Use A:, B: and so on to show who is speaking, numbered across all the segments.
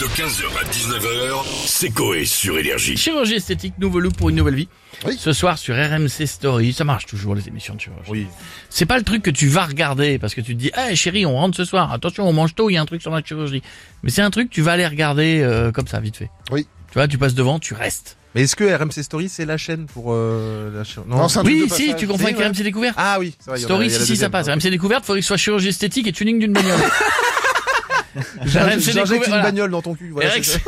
A: De 15h à 19h, c'est Coé sur Énergie.
B: Chirurgie esthétique, nouveau look pour une nouvelle vie.
C: Oui.
B: Ce soir sur RMC Story, ça marche toujours les émissions de chirurgie. C'est pas le truc que tu vas regarder parce que tu te dis, hey chérie, on rentre ce soir. Attention, on mange tôt, il y a un truc sur la chirurgie. Mais c'est un truc que tu vas aller regarder euh, comme ça vite fait.
C: Oui.
B: Tu vois, tu passes devant, tu restes.
D: Mais est-ce que RMC Story c'est la chaîne pour euh, la chaîne
C: Non, c'est un truc
B: Oui,
C: de
B: si,
C: passage.
B: tu comprends
C: Si,
B: que
C: ouais.
B: RMC découverte.
D: Ah oui, c'est vrai, il y en a- il
B: Story,
D: y a
B: si,
D: la
B: si, ça
D: deuxième.
B: passe. hein. RMC découverte, faut qu'il soit chirurgie esthétique et tuning d'une bagnole.
E: Ah,
D: J'injecte
B: RMC
D: j'injecte
B: découverte,
D: une
B: voilà.
D: bagnole dans ton cul. Voilà, c'est
B: RX
D: ça.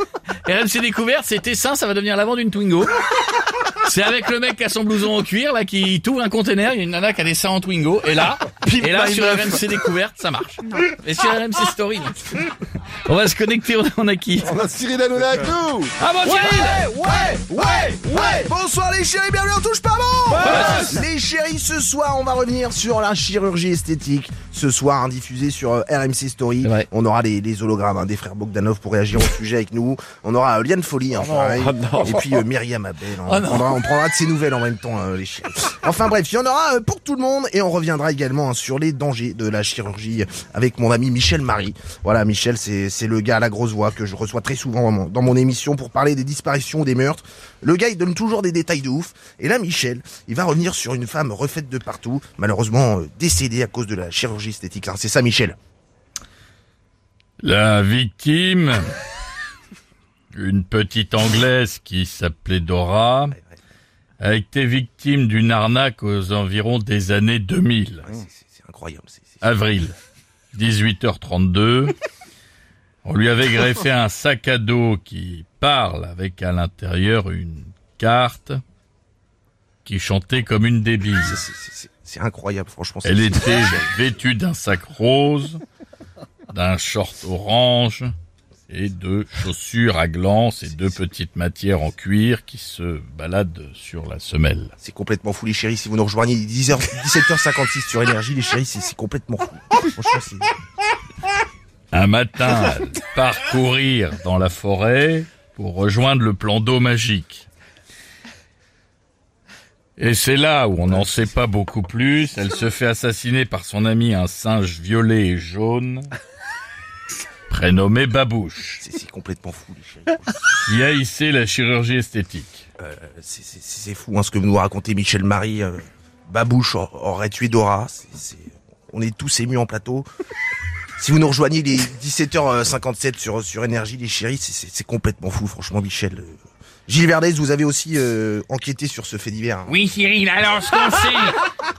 B: RMC découverte, c'est Tessin, ça va devenir l'avant d'une Twingo. C'est avec le mec qui a son blouson en cuir, là, qui t'ouvre un container, il y a une nana qui a des seins en Twingo, et là, et là,
D: my
B: sur
D: meuf.
B: RMC découverte, ça marche. Et sur RMC story, non. On va se connecter, on, on a qui?
C: On a Cyril Hanouna avec nous
B: Ah bon, Cyril
E: Ouais, ouais, ouais Bonsoir les chéris, bienvenue on Touche pas bon Les chéris, ce soir, on va revenir sur la chirurgie esthétique. Ce soir, hein, diffusé sur euh, RMC Story,
B: C'est vrai.
E: on aura les, les hologrammes hein, des frères Bogdanov pour réagir au sujet avec nous. On aura euh, Liane Folly, hein, pareil. et puis euh, Myriam Abel. hein.
B: Oh
E: on,
B: non.
E: prendra, on prendra de ses nouvelles en même temps, hein, les chéris. Enfin bref, il y en aura euh, pour tout le monde et on reviendra également hein, sur les dangers de la chirurgie avec mon ami Michel Marie. Voilà, Michel, c'est c'est le gars à la grosse voix que je reçois très souvent dans mon- dans mon émission pour parler des disparitions ou des meurtres. Le gars, il donne toujours des détails de ouf. Et là, Michel, il va revenir sur une femme refaite de partout, malheureusement euh, décédée à cause de la chirurgie esthétique. hein. C'est ça, Michel
F: La victime, une petite Anglaise qui s'appelait Dora, a été victime d'une arnaque aux environs des années 2000.
E: Ouais, c'est- c'est- C'est incroyable. c'est- c'est-
F: Avril, 18h32. On lui avait greffé un sac à dos qui parle avec à l'intérieur une carte qui chantait comme une débile.
E: c'est- c'est- c'est- c'est- C'est incroyable, franchement. c'est-
F: Elle
E: c'est-
F: était vêtue d'un sac rose, d'un short orange et de chaussures à glances et de petites matières en cuir qui se baladent sur la semelle.
E: C'est complètement fou, les chéris. Si vous nous rejoignez, il est 10h, 17h56 sur Énergie, les chéris, c'est c'est complètement fou. Franchement, c'est-
F: Un matin, elle part courir dans la forêt pour rejoindre le plan d'eau magique. Et c'est là où on n'en sait pas beaucoup plus. Elle se fait assassiner par son ami un singe violet et jaune, prénommé Babouche.
E: c'est c'est complètement fou, les chéris.
F: qui a hissé la chirurgie esthétique.
E: Euh, C'est c'est- c'est fou, hein, ce que nous racontait Michel Marie. euh, Babouche a- aurait tué Dora. C'est- c'est- On est tous émus en plateau. Si vous nous rejoignez, les 17h57 sur, sur Énergie, les chéris, c'est- c'est c'est complètement fou, franchement, Michel. Euh, Gilles Verdez, vous avez aussi euh, enquêté sur ce fait divers. hein.
G: Oui, Cyril, alors ce qu'on sait,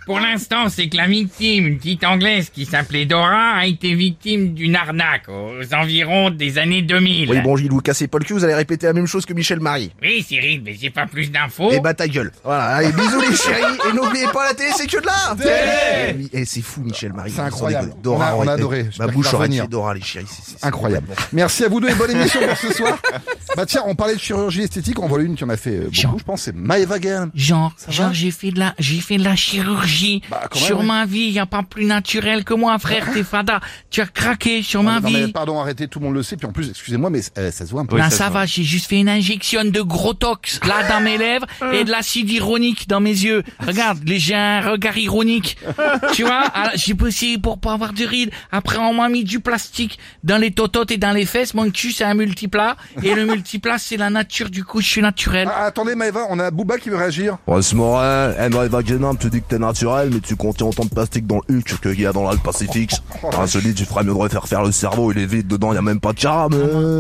G: pour l'instant, c'est que la victime, une petite Anglaise qui s'appelait Dora, a été victime d'une arnaque aux environs des années 2000.
E: Oui, bon, Gilles, vous cassez pas le cul, vous allez répéter la même chose que Michel Marie.
G: Oui, Cyril, mais j'ai pas plus d'infos.
C: Oh.
E: Et bah ta gueule. Voilà, allez, bisous les chéris. Et n'oubliez pas la télé, c'est que de là. Eh oui, eh, c'est fou, Michel Marie.
C: C'est
E: Sans
C: incroyable.
E: déconner. Dora,
C: On a- on a
E: aurait-
C: adoré.
E: Ma
C: J'espère qu'il
E: bouche
C: va
E: aurait
C: revenir.
E: tué Dora, les chéris. c'est- c'est- c'est
C: Incroyable. Merci à vous deux et bonne émission pour ce soir. Bah tiens, on parlait de chirurgie esthétique, on voit une qui en a fait euh, beaucoup, je pense, c'est Maëva Gaël.
G: Genre,
C: genre,
G: j'ai fait de la, j'ai fait de la chirurgie.
C: Bah, quand même, Sur oui.
G: ma vie, y a pas plus naturel que moi, frère Tefada. Tu as craqué sur
C: Non, mais- non, mais pardon, arrêtez, tout le monde le sait, puis en plus, excusez-moi, mais euh, ça se voit un peu.
G: Là, ça va, j'ai juste fait une injection de gros tox, là, dans mes lèvres, et de l'acide ironique dans mes yeux. Regarde, les- j'ai un regard ironique. Tu vois, alors, j'ai poussé pour pas avoir de rides. Après, on m'a mis du plastique dans les tototes et dans les fesses. Mon cul, c'est un multiplat. Et le multiplat, c'est la nature. Du coup, je suis naturel.
C: Ah, attendez, Maëva, on a Booba qui veut réagir.
E: Ross Morin, Emma Vagenin te dit que t'es naturel, mais tu contiens autant de plastique dans le Hulk qu'il y a dans l'Alpe Pacifique.
C: Oh.
E: Un solide, tu ferais mieux de refaire faire le cerveau, il est vide dedans, y a même pas de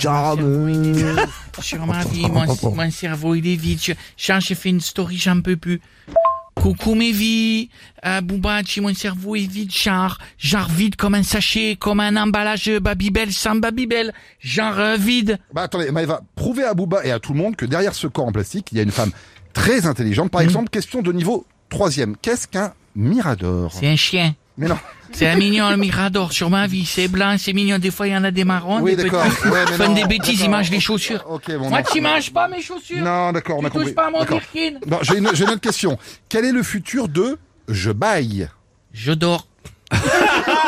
E: caramel. Caramel.
G: Sur ma vie, mon, mon cerveau, il est vide. Je- Genre, j'ai fait une story, j'en peux plus. Coucou mes vies, euh, Boubachi, mon cerveau est vide, genre, genre vide comme un sachet, comme un emballage Babybel sans Babybel, genre euh, vide.
C: Bah attendez, Maëva, prouvez à Booba et à tout le monde que derrière ce corps en plastique, il y a une femme très intelligente.
G: Mm.
C: Par exemple, question de niveau troisième. Qu'est-ce qu'un mirador
G: C'est un chien.
C: Mais non.
G: C'est un mignon, le mirador, sur ma vie. C'est blanc, c'est mignon. Des fois, il y en a des marrons,
C: Oui,
G: des petits.
C: d'accord. Ouais, mais
G: Ils font
C: non,
G: des bêtises, ils
C: d'accord.
G: mangent les chaussures.
C: Ok, bon.
G: Moi,
C: non.
G: tu manges pas mes chaussures.
C: Non, d'accord, on
G: tu
C: a compris.
G: touches pas à mon
C: D'accord.
G: birkin.
C: Bon, j'ai une, j'ai une autre question. Quel est le futur de je baille
G: Je dors.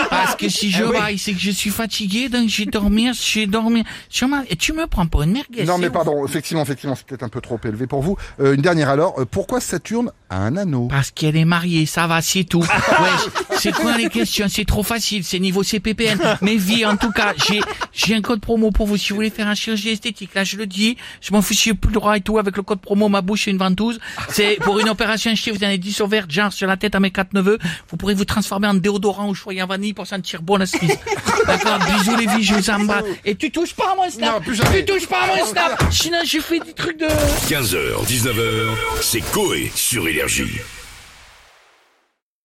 G: Parce que si
C: Ah
G: je raille, c'est que je suis fatigué, donc j'ai dormi, j'ai dormi. Sur ma- Et tu me prends pour une merguez.
C: Non
G: c'est
C: mais
G: ouf.
C: pardon, effectivement, effectivement, c'est peut-être un peu trop élevé pour vous. Euh, une dernière alors, euh, pourquoi Saturne a un anneau
G: Parce qu'elle est mariée, ça va, c'est tout. Ouais, c'est quoi les questions C'est trop facile, c'est niveau CPPN. Mais vie, en tout cas, j'ai j'ai un code promo pour vous si vous voulez faire un chirurgie esthétique. Là, je le dis, je m'en fiche, j'ai plus le droit et tout. Avec le code promo, ma bouche est une ventouse. C'est pour une opération chier, vous en avez 10 au vert, genre sur la tête à mes quatre neveux. Vous pourrez vous transformer en déodorant ou choyer en vanille pour sentir bon la Suisse. D'accord, bisous les vies, je vous embrasse. Et tu touches pas à mon snap
C: Non, plus jamais.
G: Tu touches pas à mon snap Sinon, je fais des trucs de...
A: 15h, 19h, c'est Coé sur Énergie.